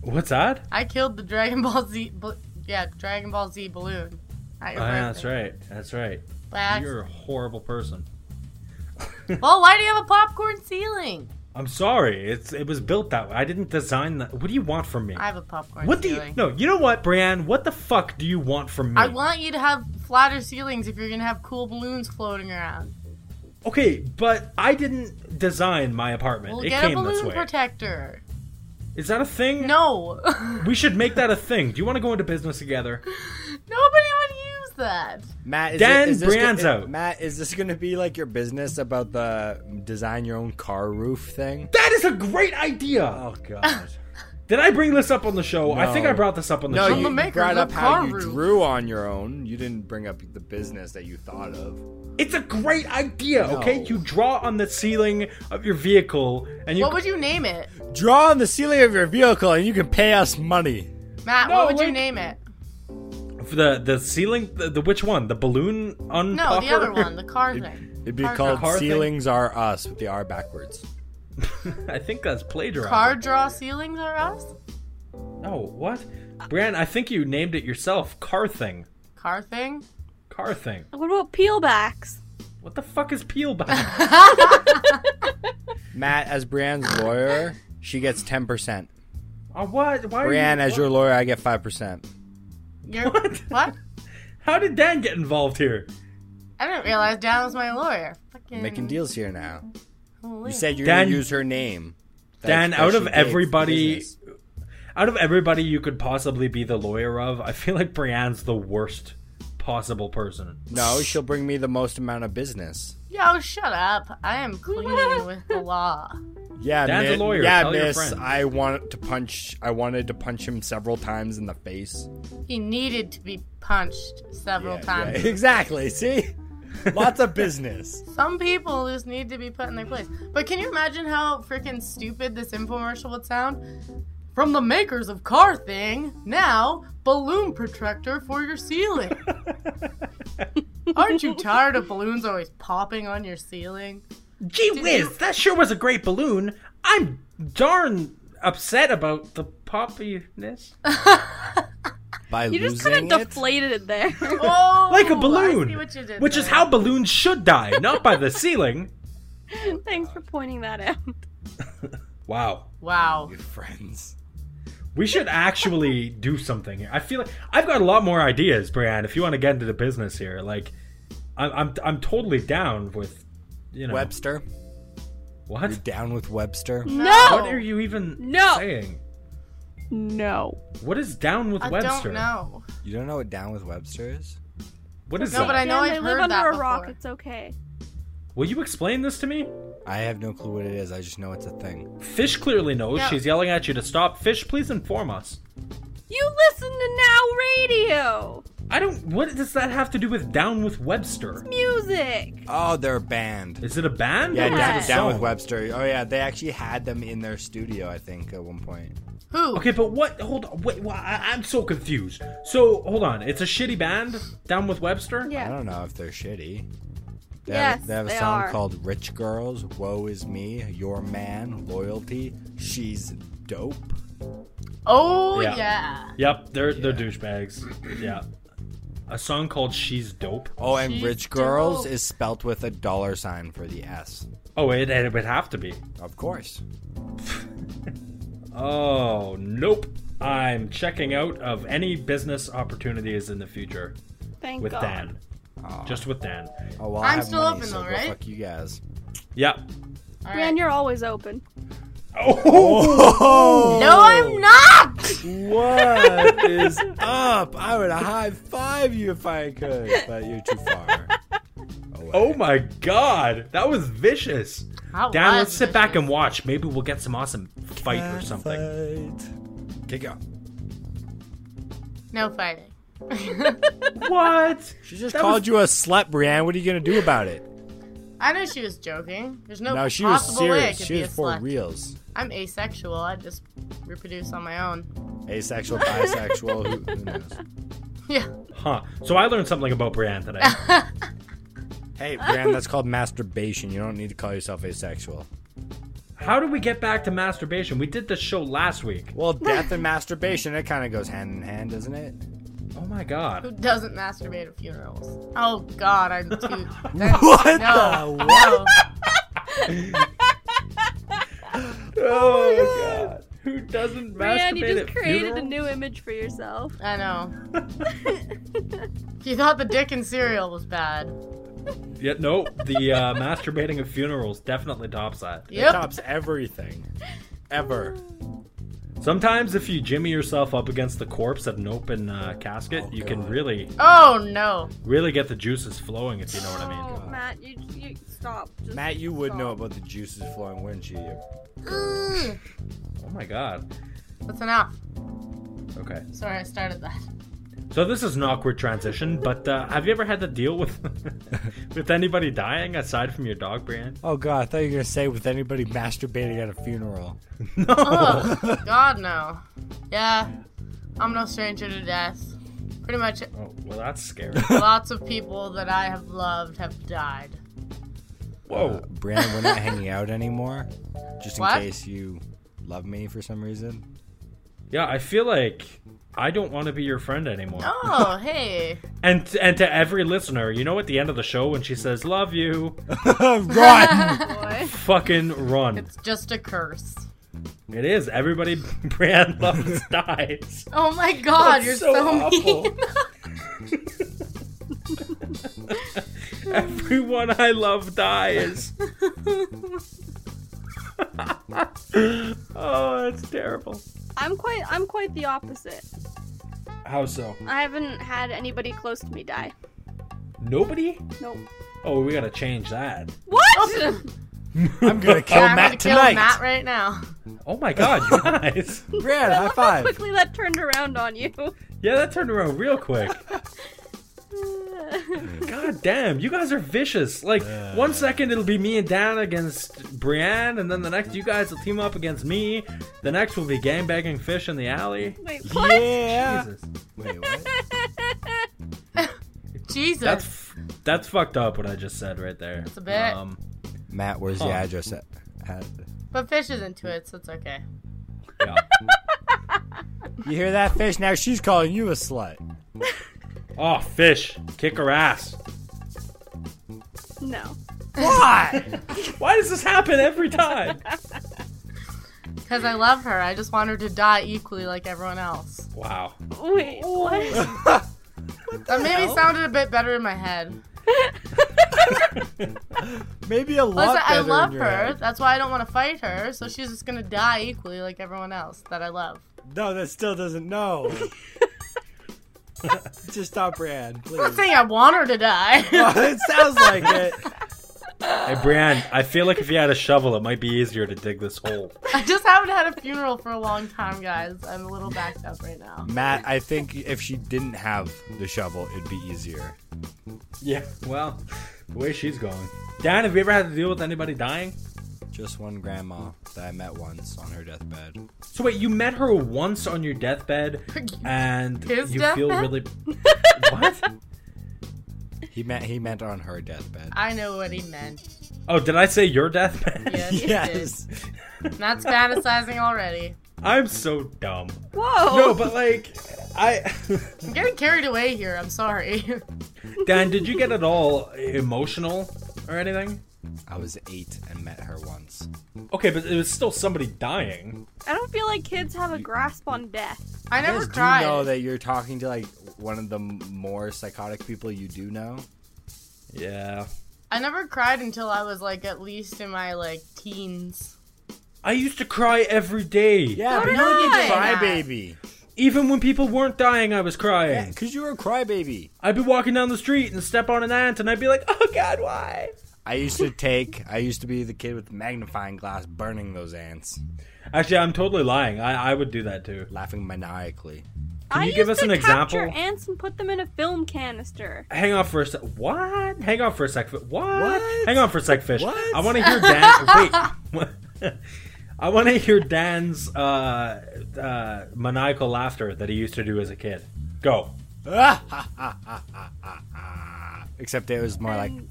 What's that?
I killed the Dragon Ball Z, bal- yeah, Dragon Ball Z balloon at your
Oh,
birthday.
yeah, that's right. That's right.
By accident.
You're a horrible person.
Well, why do you have a popcorn ceiling?
I'm sorry. It's it was built that way. I didn't design that. What do you want from me?
I have a popcorn
what do
ceiling.
you? No, you know what, Brianne? What the fuck do you want from me?
I want you to have flatter ceilings if you're gonna have cool balloons floating around.
Okay, but I didn't design my apartment.
We'll
it
get a
came this
balloon
way.
protector.
Is that a thing?
No,
We should make that a thing. Do you want to go into business together?
nobody would use that.
Matt, is
Dan
it, is this
Brian's
gonna,
out.
Matt, is this going to be like your business about the design your own car roof thing?
That is a great idea.
Oh God!
Did I bring this up on the show? I think I
No.
brought this up on the
no,
show.
you
the maker
brought
of
up
the
how
car
you
roof.
drew on your own. You didn't bring up the business that you thought of.
It's a great idea. Okay,
No.
you draw on the ceiling of your vehicle, and you.
What would you name it,
Draw on the ceiling of your vehicle, and you can pay us money.
Matt?
No,
what would you
like-
name it?
the the ceiling? The, the which one? The balloon on?
No, the other one, the car thing.
It'd be
Car
called
Car thing.
ceilings are us with the R backwards.
I think that's plagiarized.
Car draw ceilings are us.
No, what? Brian, I think you named it yourself. Car thing.
Car thing.
Car thing.
What about peelbacks?
What the fuck is peel back?
Matt, as Brianne's lawyer, she gets ten percent.
Uh, what? Why are you-
Brianne, as your lawyer, I get five percent.
You're,
What?
What?
How did Dan get involved here?
I didn't realize Dan was my lawyer. Fucking
Making deals here now.
holy.
You said you're
Dan-
gonna use her name.
Dan,
that
out
she
of
did for
everybody-
business.
Out of everybody you could possibly be the lawyer of, I feel like Brianne's the worst possible person.
No, she'll bring me the most amount of business.
Yo, shut up. I am clean with the law.
Yeah,
Dan's a
miss,
lawyer.
Yeah,
Tell your
miss.
friends.
I want to punch. I wanted to punch him several times in the face.
He needed to be punched several
Yeah,
times.
yeah, exactly. See, lots of business.
Some people just need to be put in their place. But can you imagine how freaking stupid this infomercial would sound? From the makers of Car Thing, now balloon protector for your ceiling. Aren't you tired of balloons always popping on your ceiling?
Gee whiz, that sure was a great balloon. I'm darn upset about the poppiness.
By
You just kind of deflated it there.
Oh,
Like a
I see
balloon,
what you did
which is
there.
how balloons should die, not by the ceiling.
Thanks for pointing that out.
Wow.
Wow.
friends.
We should actually do something here. I feel like I've got a lot more ideas, Brianne. If you want to get into the business here, like, I'm I'm, I'm totally down with, you know,
Webster,
what?
you're down with Webster.
What
No,
are you even
No.
saying?
no.
What is down with
I
Webster?
don't know.
You don't know what down with Webster is?
What is
No,
that?
but I know
Dan,
I've
they live
heard
under
that
a rock.
before.
It's okay.
Will you explain this to me?
I have no clue what it is. I just know it's a thing.
Fish clearly knows.
Yeah.
She's yelling at you to stop. Fish, please inform us.
You listen to now radio
I don't. What does that have to do with down with Webster?
music.
Oh, they're a band.
Is it a band?
Yeah,
Or is
down,
it a
down
song?
with Webster. Oh yeah, they actually had them in their studio. I think at one point.
Who?
Okay, but what? Hold on. Wait, why- I, I'm so confused. So hold on. It's a shitty band. Down with Webster.
Yeah.
I don't know if they're shitty. They
Yes,
have, they have a
they
song
are.
called "Rich Girls," "Woe Is Me," "Your Man," "Loyalty." She's dope.
Oh,
Yeah.
yeah.
Yep. They're they're douchebags. yeah. A song called "She's Dope."
Oh, and
She's
"Rich Girls"
dope.
is spelt with a dollar sign for the S.
Oh, it, it would have to be.
Of course.
Oh, nope. I'm checking out of any business opportunities in the future
Oh,
Thank
with
God.
Dan. Just with Dan.
Oh well,
I'm
I have
still
money,
open,
so
though,
go
right?
Fuck you guys.
Yep.
All
Dan,
right.
you're always open.
Oh,
Oh,
No, I'm not!
What is up? I would high five you if I could, but you're too far. away.
oh my God, that was vicious.
That
Dan,
was
let's sit back
vicious.
and watch. Maybe we'll get some awesome fight or something.
Fight. Kick out.
No fighting.
What?
She just
That was-
called you a slut, Brianne. What are you gonna do about it?
I know she was joking. There's no,
No, she was
possible way I
serious.
could
She
be
was
a
for
slut.
reals.
I'm asexual. I just reproduce on my own.
Asexual, bisexual, who, who knows?
Yeah.
Huh. So I learned something about Brianne today.
Hey, Brianne, that's called masturbation. You don't need to call yourself asexual.
How do we get back to masturbation? We did this show last week.
Well, death and masturbation, it kind of goes hand in hand, doesn't it?
Oh my God.
Who doesn't masturbate at funerals? Oh God, I'm too. That's,
What
no,
the?
no.
Oh my God. Who doesn't
Dan,
masturbate
you just
at
created a
funerals?
new image for yourself.
I know. If you thought the dick and cereal was bad,
Yeah, no, the uh, masturbating at funerals definitely tops that.
It
yep.
tops everything. Ever.
Sometimes if you jimmy yourself up against the corpse of an open uh, casket,
Oh,
you can
God.
really,
Oh no.
really get the juices flowing, if you know what I mean.
Oh, Matt, you, you stop. Just
Matt, you would
stop.
know about the juices flowing, wouldn't you?
Ugh.
Oh my God.
That's enough.
Okay.
Sorry, I started that.
So this is an awkward transition, but uh, have you ever had to deal with with anybody dying aside from your dog, Brian?
Oh god, I thought you were gonna say with anybody masturbating at a funeral.
No.
Oh God, no. Yeah, I'm no stranger to death. Pretty much
Oh, well, that's scary.
lots of people that I have loved have died.
Whoa.
Brian, we're not hanging out anymore. Just in
What?
case you love me for some reason.
Yeah, I feel like I don't want to be your friend anymore.
Oh, hey.
And and to every listener, you know, at the end of the show when she says "love you,"
Run!
Boy.
fucking run.
It's just a curse.
It is. Everybody Brian loves dies.
Oh my god,
That's
you're
so
so,
awful.
mean.
Everyone I love dies. oh, that's terrible.
I'm quite. I'm quite the opposite.
How so?
I haven't had anybody close to me die.
Nobody?
Nope.
Oh, we gotta change that.
What?
I'm gonna kill
Yeah, I'm
Oh, Matt
gonna
tonight.
kill Matt right now.
Oh my god, you guys.
Brianna, high
How
five.
quickly that turned around on you.
Yeah, that turned around real quick. God damn, you guys are vicious. Like, one second it'll be me and Dan against Brienne, and then the next you guys will team up against me. The next will be gangbanging fish in the alley.
Wait, what?
Yeah.
Jesus.
Wait, what?
Jesus.
That's f- that's fucked up what I just said right there. Um, That's
a bit.
Matt, where's the
Huh.
address at? at-
but Fish is into it, so it's okay.
yeah.
You hear that fish? Now she's calling you a slut.
Oh, fish. Kick her ass.
No.
Why?
Why does this happen every time?
Because I love her. I just want her to die equally like everyone else.
Wow.
Wait, what?
That maybe sounded a bit better in my head.
Maybe a lot
Plus, I
better in
love
your
her.
head.
That's why I don't want to fight her. So she's just gonna die equally like everyone else that I love.
No, that still doesn't know. Just stop, Brianne,
I'm not
please.
saying I want her to die.
Well, it sounds like it.
Hey, Brienne, I feel like if you had a shovel, it might be easier to dig this hole.
I just haven't had a funeral for a long time, guys. I'm a little backed up right now.
Matt, I think if she didn't have the shovel, it'd be easier.
Yeah, well, the way she's going. Dan, have you ever had to deal with anybody dying?
Just one grandma that I met once on her deathbed.
So wait, you met her once on your deathbed, and
His
you feel
deathbed?
really what?
He meant he meant on her deathbed.
I know what he meant.
Oh, did I say your deathbed?
Yes, he did. That's fantasizing already.
I'm so dumb.
Whoa.
No, but like, I
I'm getting carried away here. I'm sorry.
Dan, did you get at all emotional or anything?
I was eight and met her once.
Okay, but it was still somebody dying.
I don't feel like kids have a grasp on death.
I
you
never
guys
cried.
do know that you're talking to like one of the m- more psychotic people you do know.
Yeah.
I never cried until I was like at least in my like teens.
I used to cry every day.
Yeah,
So
but
did
you were
I.
the crybaby.
Even when people weren't dying, I was crying.
Yeah, Cause you were a crybaby.
I'd be walking down the street and step on an ant, and I'd be like, "Oh God, why?"
I used to take. I used to be the kid with the magnifying glass, burning those ants,
Actually, I'm totally lying. I, I would do that too.
laughing maniacally.
Can I
you give
used
us
to
an
capture
example?
ants and put them in a film canister.
Hang on for a sec. What? Hang on for a sec. fi- What?
What?
Hang on for a sec, fish.
What?
I want to hear Dan. wait. I want to hear Dan's uh, uh, maniacal laughter that he used to do as a kid. Go.
Except it was
Oh,
more like
And-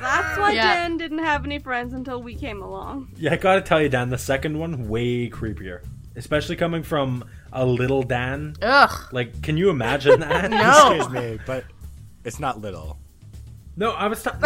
That's why
Yeah.
Dan didn't have any friends until we came along.
Yeah, I gotta tell you, Dan. The second one way creepier, especially coming from a little Dan.
Ugh.
Like, can you imagine that?
No.
"Excuse me," but it's not little.
No, I was talking.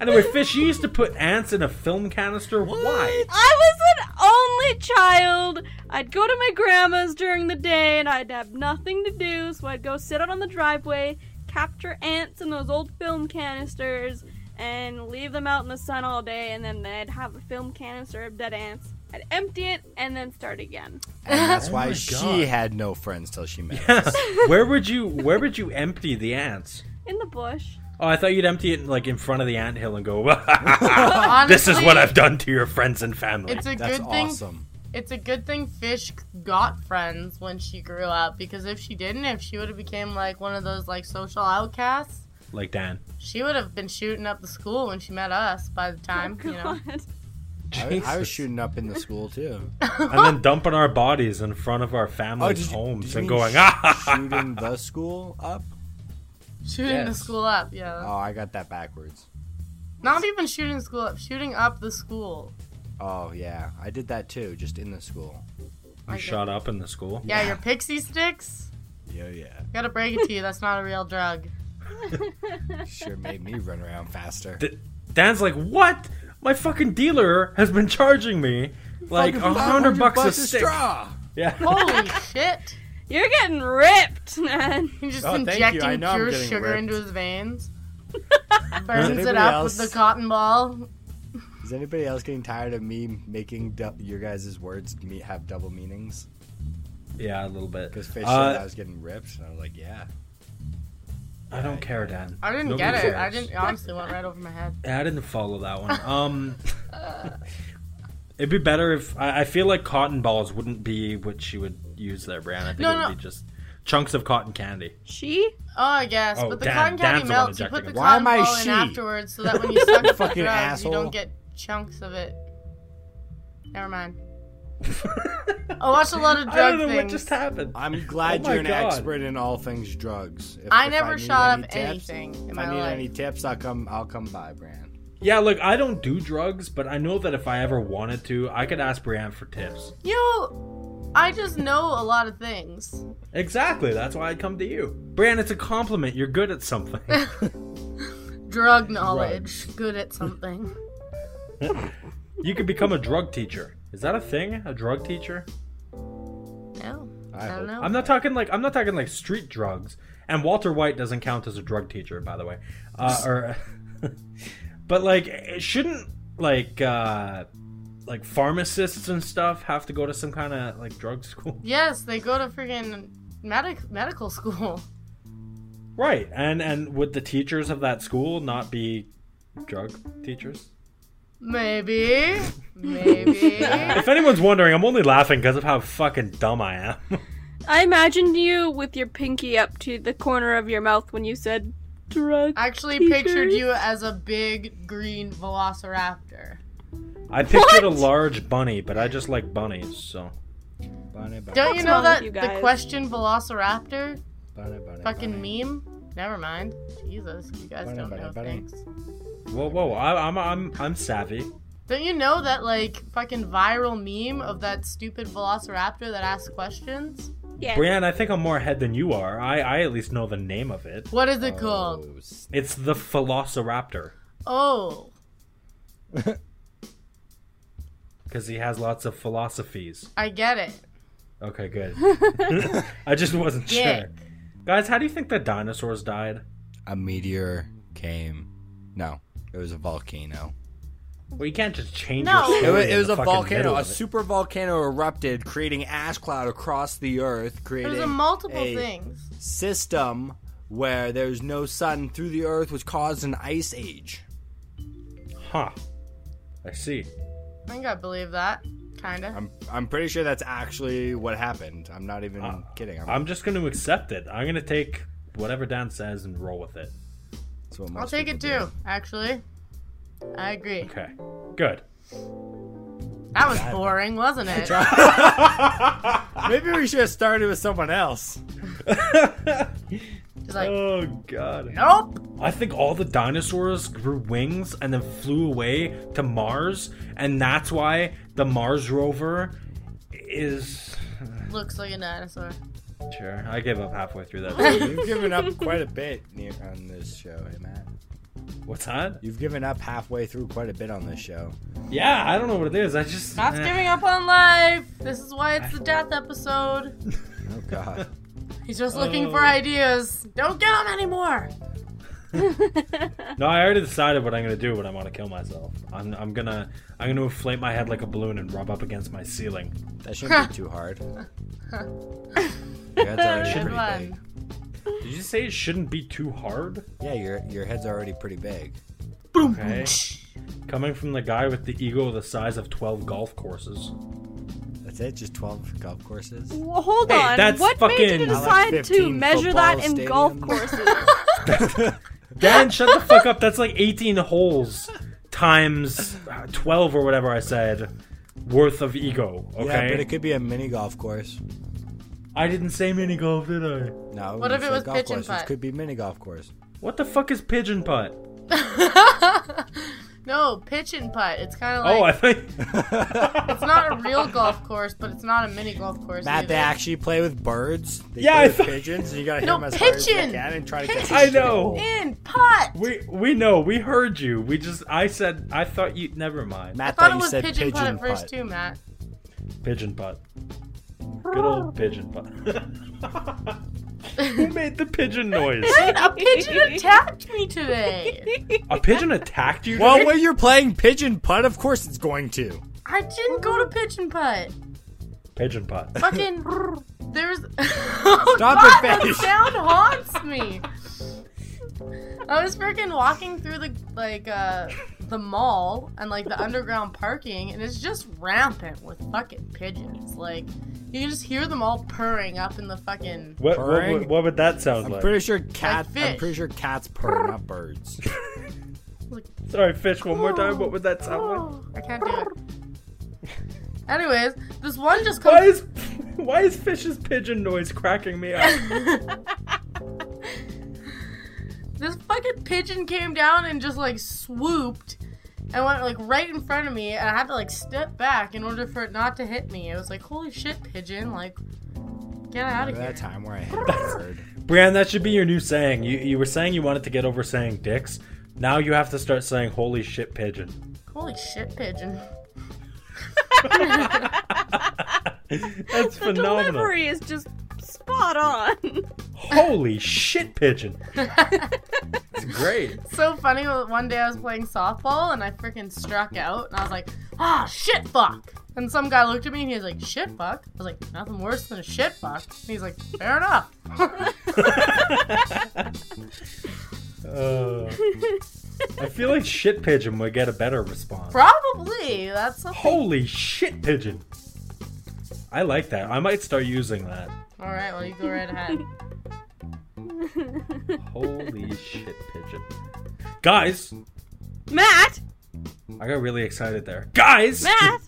anyway, fish. You used to put ants in a film canister. Why?
I was an only child. I'd go to my grandma's during the day and I'd have nothing to do, so I'd go sit out on the driveway, capture ants in those old film canisters, and leave them out in the sun all day, and then I'd have a film canister of dead ants. I'd empty it and then start again.
And that's why
Oh my God.
she had no friends till she met. us.
where would you? Where would you empty the ants?
In the bush.
Oh, I thought you'd empty it like in front of the anthill and go,
Oh,
Honestly,
"This is what I've done to your friends and family."
It's a
That's
good thing.
awesome.
It's a good thing Fish got friends when she grew up because if she didn't, if she would have became like one of those like social outcasts,
Like Dan.
she would have been shooting up the school when she met us. By the time, you know,
Oh, God.
I, I was
Jesus.
shooting up in the school too. Oh,
and then dumping our bodies in front of our families' homes and going, "Ah!"
shooting the school up?
shooting the
Yes.
school up. Yeah,
Oh, I got that backwards.
not even shooting the school up, shooting up the school.
Oh yeah, I did that too, just in the school.
You
Like,
shot up in the school.
Yeah, your pixie sticks.
Yeah, yeah.
Gotta break it to you, that's not a real drug.
Sure made me run around faster.
D- Dan's like, "What? My fucking dealer has been charging me like a hundred bucks a stick."
straw.
Yeah.
Holy shit!
You're getting ripped, man.
He's just
Oh, thank you. I
injecting
know I'm
pure
getting
sugar
ripped.
into his veins. Burns it
anybody
up
else-
with the cotton ball.
Is anybody else getting tired of me making du- your guys' words me- have double meanings?
Yeah, a little bit.
Because Fish
Uh,
said I was getting ripped, and I was like, yeah.
I don't care, Dan.
I didn't
Nobody
get it.
cares.
I didn't. It honestly went right over my head.
Yeah, I didn't follow that one. Um, it'd be better if I, I feel like cotton balls wouldn't be what she would use there, Brian. I think
No,
it would
no.
be just chunks of cotton candy.
She?
Oh, I guess.
Oh,
but the
Dan-
cotton
Dan's
candy
the one
melts. You put
ejecting
the
it.
Why
cotton
am I
ball
she?
in afterwards so that when you suck up the
Fucking
drugs, you
asshole.
don't get chunks of it. Never mind. I watch a lot of drug
I don't know
things.
what just happened.
I'm glad
Oh my
you're an
God.
expert in all things drugs. If,
I
if
never
need
shot
any
up
tips-
anything in
If
my
I need
life.
any tips, I'll come. I'll come by, Bran.
Yeah, look, I don't do drugs, but I know that if I ever wanted to, I could ask Brianne for tips.
You know, I just know a lot of things.
Exactly. That's why I come to you, Brianne. It's a compliment. You're good at something.
Drug knowledge. Good at something.
you could become a drug teacher. Is that a thing? A drug teacher?
No.
I
I, don't
hope-
know.
I'm not talking like I'm not talking like street drugs. And Walter White doesn't count as a drug teacher, by the way. Uh, or, but like, it shouldn't like uh, like pharmacists and stuff have to go to some kind of like drug school,
Yes, they go to freaking medic- medical school.
right? And and would the teachers of that school not be drug teachers?
Maybe. Maybe.
If anyone's wondering, I'm only laughing because of how fucking dumb I am.
I imagined you with your pinky up to the corner of your mouth when you said drug.
Actually
teachers.
pictured you as a big green velociraptor.
I pictured a
What?
large bunny, but I just like bunnies, so.
Bunny, bunny,
Don't
What's
you
wrong
know
with
that
you
the
guys?
question velociraptor
bunny, bunny,
fucking
bunny.
meme? Never mind. Jesus, you guys
Bunny,
don't
bunny,
know
bunny.
things.
Whoa, whoa! I, I'm, I'm, I'm savvy.
Don't you know that like fucking viral meme of that stupid velociraptor that asks questions?
Yeah.
Brianne, I think I'm more ahead than you are. I, I at least know the name of it.
What is it called?
Oh, s-
It's the Velociraptor
Oh.
because he has lots of philosophies.
I get it.
Okay, good. I just wasn't
Yeah.
sure. Guys, how do you think the dinosaurs died?
A meteor came. No, it was a volcano.
Well, you can't just change.
No.
your
It
story
was,
in
it was
the
a
fucking
volcano.
middle
A
of it.
super volcano erupted, creating ash cloud across the earth, creating
There's a multiple
a
things.
system where there's no sun through the earth, which caused an ice age.
Huh. I see.
I think I believe that. Kinda.
I'm I'm pretty sure that's actually what happened. I'm not even
Uh,
kidding. I'm,
I'm just going to accept it. I'm going to take whatever Dan says and roll with it.
that's what
I'll
most
take it
people
too, actually. I agree.
Okay. Good.
That was boring, wasn't it?
do. Maybe we should have started with someone else.
Just like,
oh god.
nope.
I think all the dinosaurs grew wings and then flew away to Mars, and that's why the Mars rover is.
Looks like a dinosaur.
Sure, I gave up halfway through that.
You've given up quite a bit ne- on this show, hey Matt.
What's that?
You've given up halfway through quite a bit on this show.
Yeah, I don't know what it is. I just.
That's
eh.
giving up on life. This is why it's the death episode.
Oh God.
He's just looking
Oh.
for ideas. Don't get him anymore.
No, I already decided what I'm gonna do when I want to kill myself. I'm, I'm gonna I'm gonna inflate my head like a balloon and rub up against my ceiling.
That shouldn't be too hard. Your head's already
Good
pretty big.
one.
Did you say it shouldn't be too hard?
Yeah, your your head's already pretty big.
Okay. Coming from the guy with the ego the size of 12 golf courses.
That's it. Just twelve golf courses.
Well, hold
Hey,
on.
that's
what made you
fucking- Well,
that's
decide to
15
measure that
football
in golf
stadiums.
courses?
Dan, shut the fuck up. That's like 18 holes times uh, 12 or whatever I said worth of ego. Okay.
Yeah, but it could be a mini golf course.
I didn't say mini golf, did I?
No.
What
you
if it
said
was
golf
pitch and
course, which
putt?
Could be mini golf course.
What the fuck is pigeon putt?
no, pitch and putt. It's kind of
oh, I
like
think.
it's not a real golf course, but it's not a mini golf course.
Matt,
either.
they actually play with birds. They
Yeah,
play
I
with
thought-
pigeons. And you gotta hit
No,
them as hard as you
pigeon!
can and try to get.
Pigeon!
I know.
in putt.
We we know. We heard you. We just. I said. I thought you. Never mind.
I
Matt
thought it
you
was
said
pigeon, putt at first too, Matt.
Pigeon putt. Good old pigeon putt. Who made the pigeon noise?
A pigeon attacked me today.
A pigeon attacked you?
Well,
today?
when you're playing pigeon putt, of course it's going to.
I didn't go to pitch and putt.
Pigeon putt.
Fucking there's. oh,
Stop
God,
it,
that
Paige.
sound haunts me. I was freaking walking through the like uh the mall and like the underground parking, and it's just rampant with fucking pigeons. Like you can just hear them all purring up in the fucking.
What, what,
Purring?
would- what would that sound
I'm
like?
pretty sure cat.
Like
I'm
fish.
pretty sure cats purr, not birds.
Sorry, fish. One more time. What would that sound like?
Oh.
I can't do it. Anyways, this one just comes.
Why is why is fish's pigeon noise cracking me up?
this fucking pigeon came down and just like swooped and went like right in front of me and i had to like step back in order for it not to hit me it was like holy shit pigeon like get out of
Remember
here
that time where I hit a bird?
Brian, that should be your new saying. You you were saying you wanted to get over saying dicks. Now you have to start saying holy shit pigeon.
holy shit pigeon
That's
The
phenomenal.
delivery is just spot on.
Holy shit pigeon.
It's great.
so funny one day i was playing softball and i freaking struck out and i was like ah shit fuck and some guy looked at me and he was like shit fuck i was like nothing worse than a shit fuck and he's like fair enough
Uh, I feel like shit pigeon would get a better response.
probably that's something
Holy shit pigeon. I like that. I might start using that.
all right well you go right ahead
Holy shit pigeon. Guys,
Matt,
I got really excited there. Guys,
Matt,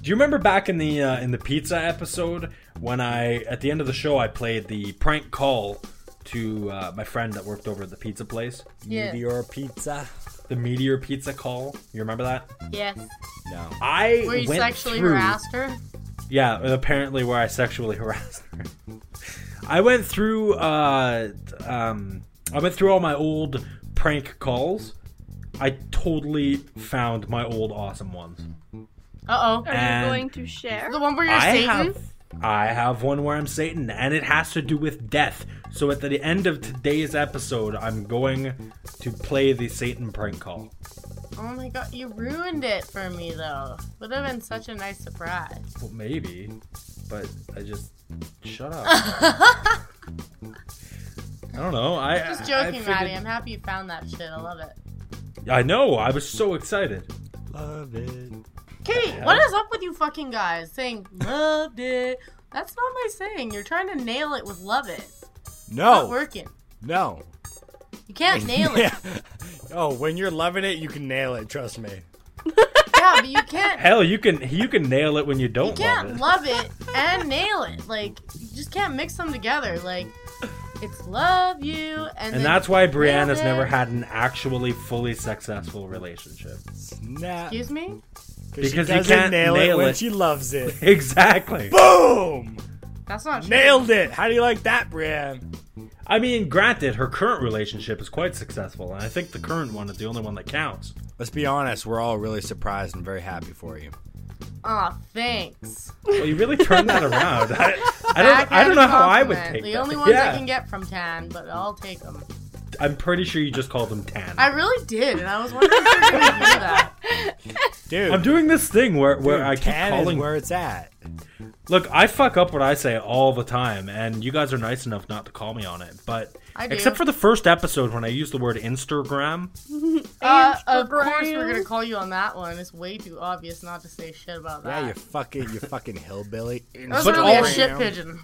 Do you remember back in the uh, in the pizza episode when I at the end of the show I played the prank call to uh, my friend that worked over at the pizza place,
yeah
Meteor pizza.
the meteor pizza call. You remember that?
yes
No.
I
Were you
went
sexually
through-
harassed her?
Yeah, apparently where I sexually harassed her. I went through uh um I went through all my old prank calls. I totally found my old awesome ones.
Uh oh.
are
And-
you going to share?
The one where you're
I
Satan?
have I have one where I'm Satan, and it has to do with death. So at the end of today's episode, I'm going to play the Satan prank call.
Oh my god, you ruined it for me though. Would have been such a nice surprise.
Well, maybe, but I just shut up. I don't know. I
Just joking,
I,
Maddie.
figured-
I'm happy you found that shit. I love it.
I know. I was so excited.
Love it.
Kate, what is up with you fucking guys saying loved it? That's not my saying. You're trying to nail it with love it.
Oh.
Not
No.
working.
No.
You can't nail it.
Yeah. Oh, when you're loving it, you can nail it. Trust me.
yeah, but you can't.
Hell, you can you can nail it when you don't
You can't
love it.
love it and nail it. Like you just can't mix them together. Like it's love you and, then
and that's why
nailed
Brianne has never
it.
had an actually fully successful relationship.
Snap.
Excuse me.
Because you
she doesn't
can't
nail, it
nail
when
it.
she loves it.
Exactly.
Boom!
That's not true.
Nailed it. How do you like that, Brian?
I mean, granted, her current relationship is quite successful, and I think the current one is the only one that counts.
Let's be honest. We're all really surprised and very happy for you.
Aw, thanks.
Well, you really turned that around. I, I
Back
don't, I
at
don't
a
know how I would
compliment.
take
The
that.
only ones
yeah,
I can get from Tan, but I'll take them.
I'm pretty sure you just called him Tan.
I really did, and I was wondering if you were gonna do that.
Dude,
I'm doing this thing where, where
dude,
I keep
Tan is
calling.
where it's at.
Look, I fuck up what I say all the time, and you guys are nice enough not to call me on it. But
I do.
except for the first episode when I used the word Instagram,
Uh, of course,
Instagram.
we're gonna call you on that one. It's way too obvious not to say shit about that.
Yeah, you fucking, you fucking hillbilly.
that was
But
really
all-
a shit pigeon.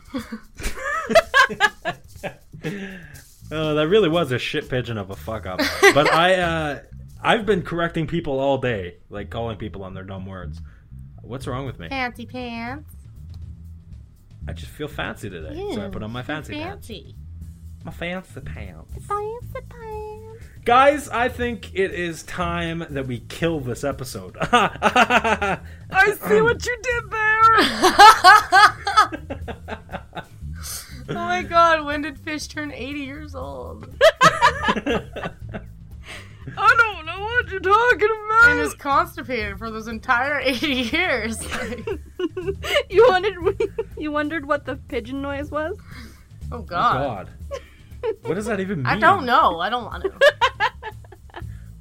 Oh, that really was a shit pigeon of a fuck up. but I, uh, I've been correcting people all day, like calling people on their dumb words. What's wrong with me?
Fancy pants.
I just feel fancy today, so I put on my fancy pants.
Fancy.
My fancy pants.
Fancy pants.
Guys, I think it is time that we kill this episode.
I see what you did there.
Oh my god, when did Fish turn 80 years old?
I don't know what you're talking
And
about.
is constipated for those entire 80 years. Like,
you wondered you wondered what the pigeon noise was?
oh
God.
god.
What does that even mean?
I don't know. I don't want to.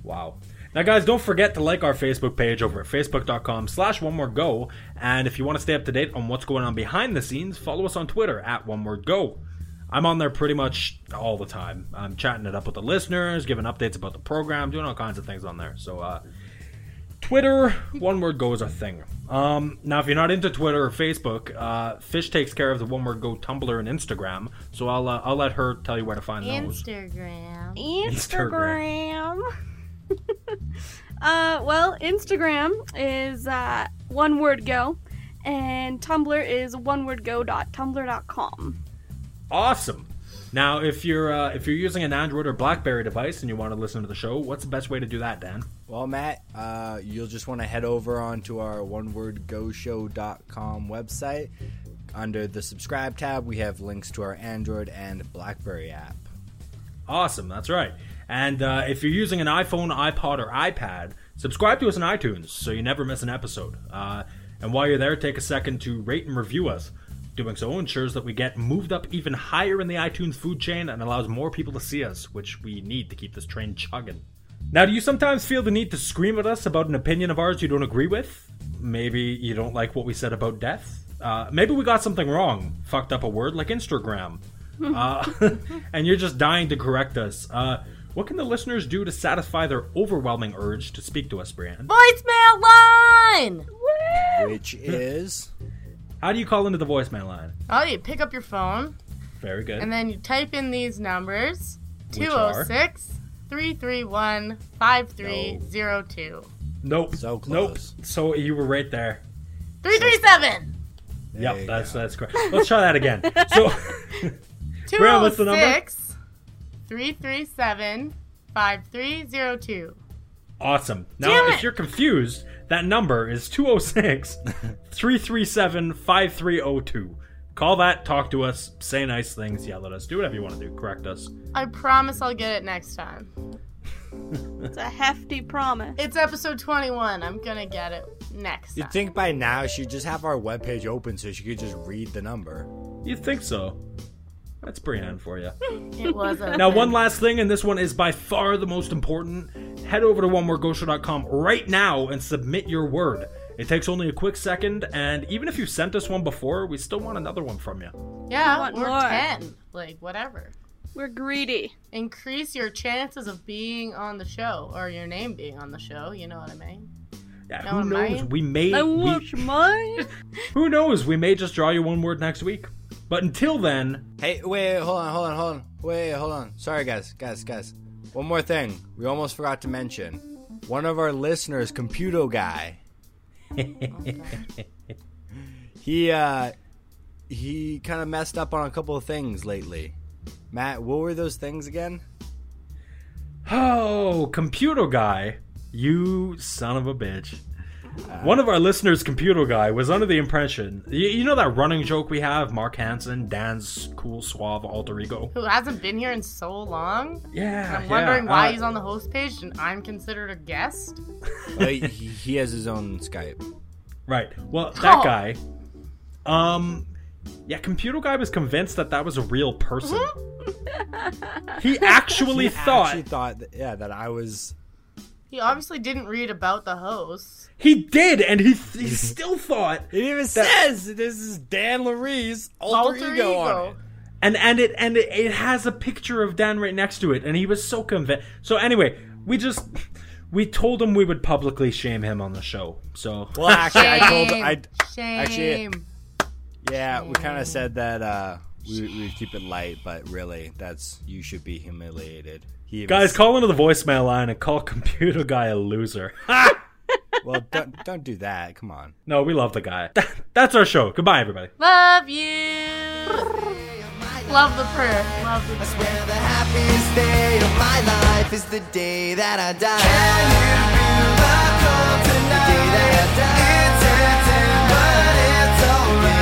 Wow. Now, guys, don't forget to like our Facebook page over at facebook.com slash one more go. And if you want to stay up to date on what's going on behind the scenes, follow us on Twitter at one word go. I'm on there pretty much all the time. I'm chatting it up with the listeners, giving updates about the program, doing all kinds of things on there. So, uh, Twitter, one word go is a thing. Um, now, if you're not into Twitter or Facebook, uh, Fish takes care of the one word go Tumblr and Instagram. So I'll uh, I'll let her tell you where to find those.
Instagram.
Instagram. uh, well, Instagram is uh, one word go, and Tumblr is one word go.tumblr.com.
Awesome. Now, if you're uh, if you're using an Android or BlackBerry device and you want to listen to the show, what's the best way to do that, Dan?
Well, Matt, uh, you'll just want to head over onto our onewordgoshow.com website. Under the subscribe tab, we have links to our Android and Blackberry app.
Awesome, that's right. And uh, if you're using an iPhone, iPod, or iPad, subscribe to us on iTunes so you never miss an episode. Uh, and while you're there, take a second to rate and review us. Doing so ensures that we get moved up even higher in the iTunes food chain and allows more people to see us, which we need to keep this train chugging. Now, do you sometimes feel the need to scream at us about an opinion of ours you don't agree with? Maybe you don't like what we said about death? Uh, maybe we got something wrong, fucked up a word like Instagram uh, and you're just dying to correct us. Uh, what can the listeners do to satisfy their overwhelming urge to speak to us, Brianne?
Voicemail line!
Which is.
How do you call into the voicemail line?
Oh, you pick up your phone
Very good.
and then you type in these numbers
Which are?
206 331 5302.
nope.
So close.
Nope. So you were right there.
There
337
you
yep, that's
go.
that's correct. Let's try that again. So Graham, what's the number?
206 337 5302.
awesome. Now,
Damn
if
it.
you're confused, that number is 206 337 5302. Call that, talk to us, say nice things, yell at us, do whatever you want to do, correct us.
I promise I'll get it next time.
It's a hefty promise.
It's episode 21. I'm gonna get it next time.
You'd think by now she'd just have our webpage open so she could just read the number.
You'd think so. That's Brianne for you.
it was a
Now, one last thing, and this one is by far the most important. Head over to onemoregoshow.com right now and submit your word. It takes only a quick second, and even if you sent us one before, we still want another one from you.
yeah,
want
or
more.
10. Like, whatever.
We're greedy.
Increase your chances of being on the show or your name being on the show. You know what I mean?
Yeah,
That
who
one
knows?
might.
We may.
I
we-
want mine.
who knows? We may just draw you one word next week. But until then,
Hey, wait, hold on, hold on, hold on. Wait, hold on. Sorry, guys, guys, guys. One more thing we almost forgot to mention. One of our listeners, Computo Guy, he uh he kind of messed up on a couple of things lately. Matt, what were those things again?
oh, computer guy, you son of a bitch. One of our listeners, Computer Guy, was under the impression. You, you know that running joke we have? Mark Hansen, Dan's cool, suave alter ego.
Who hasn't been here in so long?
Yeah. Uh,
I'm wondering why
he's on.
he's on the host page and I'm considered a guest.
Uh, he, he has his own Skype.
Right. Well, that
Oh.
guy. Um. Yeah, computer guy was convinced that that was a real person. he actually
He
thought
actually thought that, yeah that I was
He obviously didn't read about the host.
he did, and he he still thought.
It even says this is Dan Larry's alter,
Alter
ego, on
ego.
it.
And and it and it, it has a picture of Dan right next to it, and he was so convinced. So anyway, we just we told him we would publicly shame him on the show. So
Well, actually, I told
Shame.
I
Shame.
actually- yeah, we kind of said that uh, we we keep it light, but really, that's you should be humiliated. He even
guys,
s-
call into the voicemail line and call computer guy a loser.
well, don't don't do that. Come on.
no, we love the guy. That's our show. Goodbye, everybody.
Love you. Love the prayer. Love the prayer.
Where the happiest day of my life is the day that I die. Can you feel the cold tonight? The day that I die. It's hurting, but it's only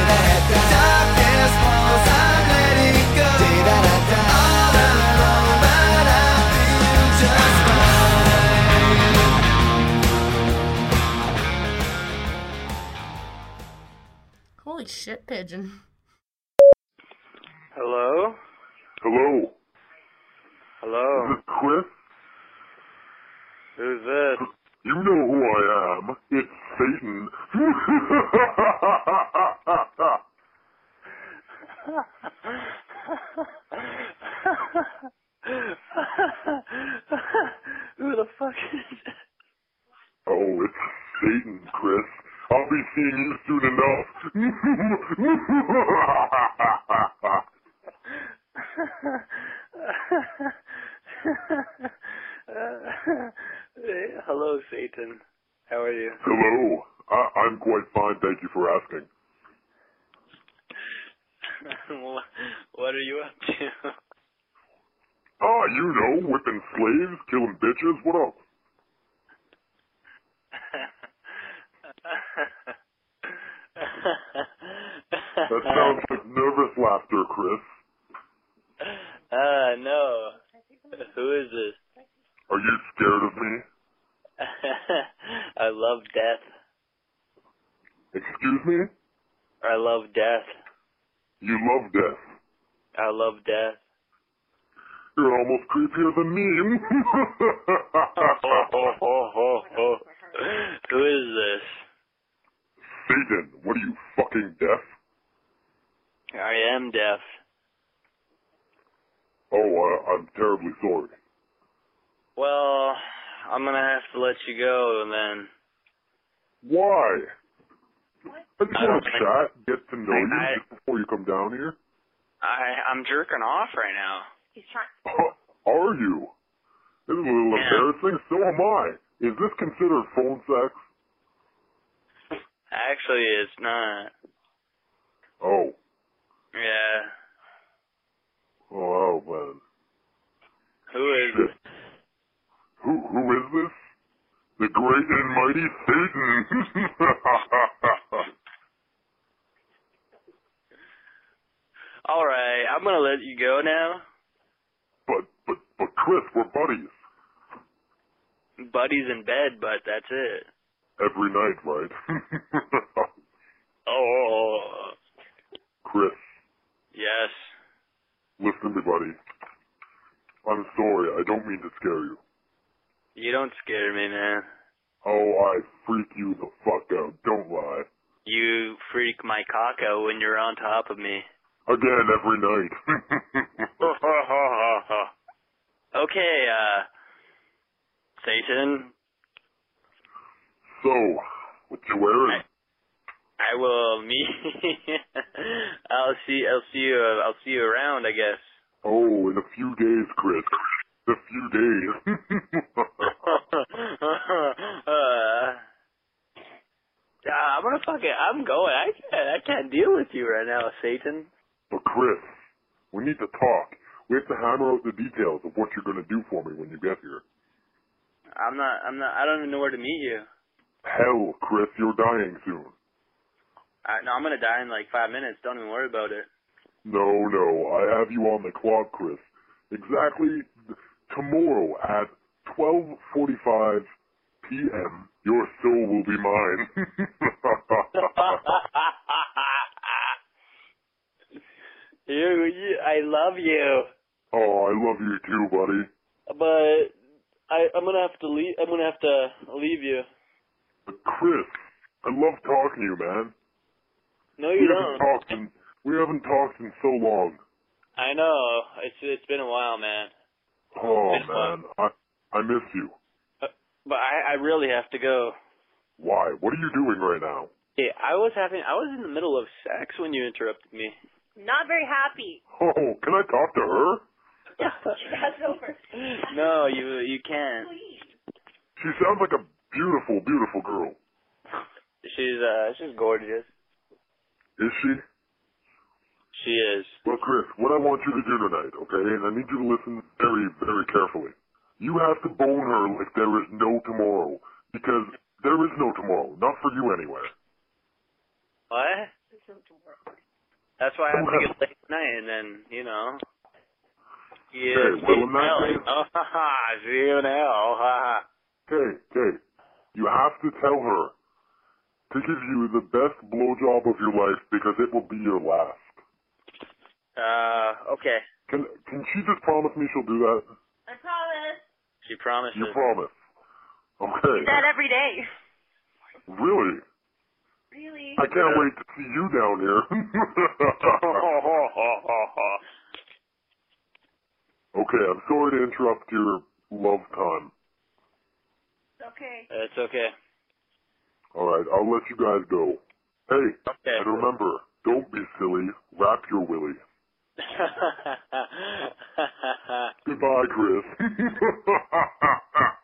that darkness falls. I'm letting go. Day that I die. All alone, but I feel just fine.
Holy shit, pigeon.
Hello?
Hello,
Hello?
is it Cliff?
Who's this?
You know who I am. It's Satan.
Who the fuck is
Oh, it's Satan, Chris. I'll be seeing you soon enough.
Hey, Hello, Satan. How are you?
Hello. I- I'm quite fine, thank you for asking.
Wh- what are you up to?
Ah, you know, whipping slaves, killing bitches, what up? That sounds like nervous laughter, Chris.
Ah, no. Who is this?
Are you scared of me?
I love death.
Excuse me?
I love death.
You love death.
I love death.
You're almost creepier than me.
Ho, ho, ho, ho, ho. Who is this?
Satan, what are you, fucking deaf?
I am deaf.
Oh, uh, I'm terribly sorry.
Well, I'm gonna have to let you go then.
Why? I
I
just want
don't
to
think-
chat, get to know you
I-
just before you come down here.
I I'm jerking off right now.
Are you? This is a little
Yeah.
embarrassing. So am I. Is this considered phone sex?
Actually, it's not.
Oh.
Yeah.
Oh, man.
Who is
Shit. Who, who is this? The great and mighty Satan.
All right, I'm gonna let you go now.
but, but, but Chris, we're buddies.
Buddy's in bed, but that's it.
Every night, right?
Oh,
Chris,
yes.
listen to me, buddy. I'm sorry. I don't mean to scare you.
You don't scare me, man.
Oh, I freak you the fuck out. Don't lie.
You freak my cock out when you're on top of me.
Again, every night.
okay, uh, Satan,
so, what you wearing?
I will meet. I'll see. I'll see you. uh, I'll see you around, I guess.
Oh, in a few days, Chris. In a few days.
uh, I'm gonna fucking. I'm going. I can't. I can't deal with you right now, Satan.
but Chris, we need to talk. We have to hammer out the details of what you're gonna do for me when you get here.
I'm not. I'm not. I don't even know where to meet you.
Hell, Chris, you're dying soon.
I, no, I'm gonna die in like five minutes. Don't even worry about it.
No, no, I have you on the clock, Chris. Exactly tomorrow at 12:45 p.m. Your soul will be mine.
you, you. I love you,
Oh, I love you too, buddy.
but I. I'm gonna have to leave. I'm gonna have to leave you.
But Chris, I love talking to you, man.
No,
We
you
haven't
don't.
talked in we haven't talked in so long.
I know. It's it's been a while, man.
Oh
It's
man,
fun.
I I miss you.
But I, I really have to go.
Why? What are you doing right now?
Hey, I was having I was in the middle of sex when you interrupted me.
Not very happy.
Oh, can I talk to her?
That's over.
no, you you can't.
She sounds like a beautiful, beautiful girl.
She's uh she's gorgeous.
Is she?
She is.
Well, Chris, what I want you to do tonight, okay? And I need you to listen very, very carefully. You have to bone her like there is no tomorrow. Because there is no tomorrow. Not for you, anyway.
What? That's why I have to get late tonight and then, you know. Yeah.
Hey, well, I'm not-
see you in hell. Oh, ha, ha. See you in hell. Oh, Ha, ha.
Okay, okay. You have to tell her to give you the best blowjob of your life because it will be your last.
Uh, okay.
Can can she just promise me she'll do that?
I promise.
She promises.
You promise. Okay.
Do that every day.
Really?
Really?
I can't wait to see you
Oh,
down here. Okay, I'm sorry to interrupt your love time.
It's okay.
It's okay.
Alright, I'll let you guys go. Hey,
Okay.
and remember, don't be silly. Wrap your willy. Goodbye, Chris.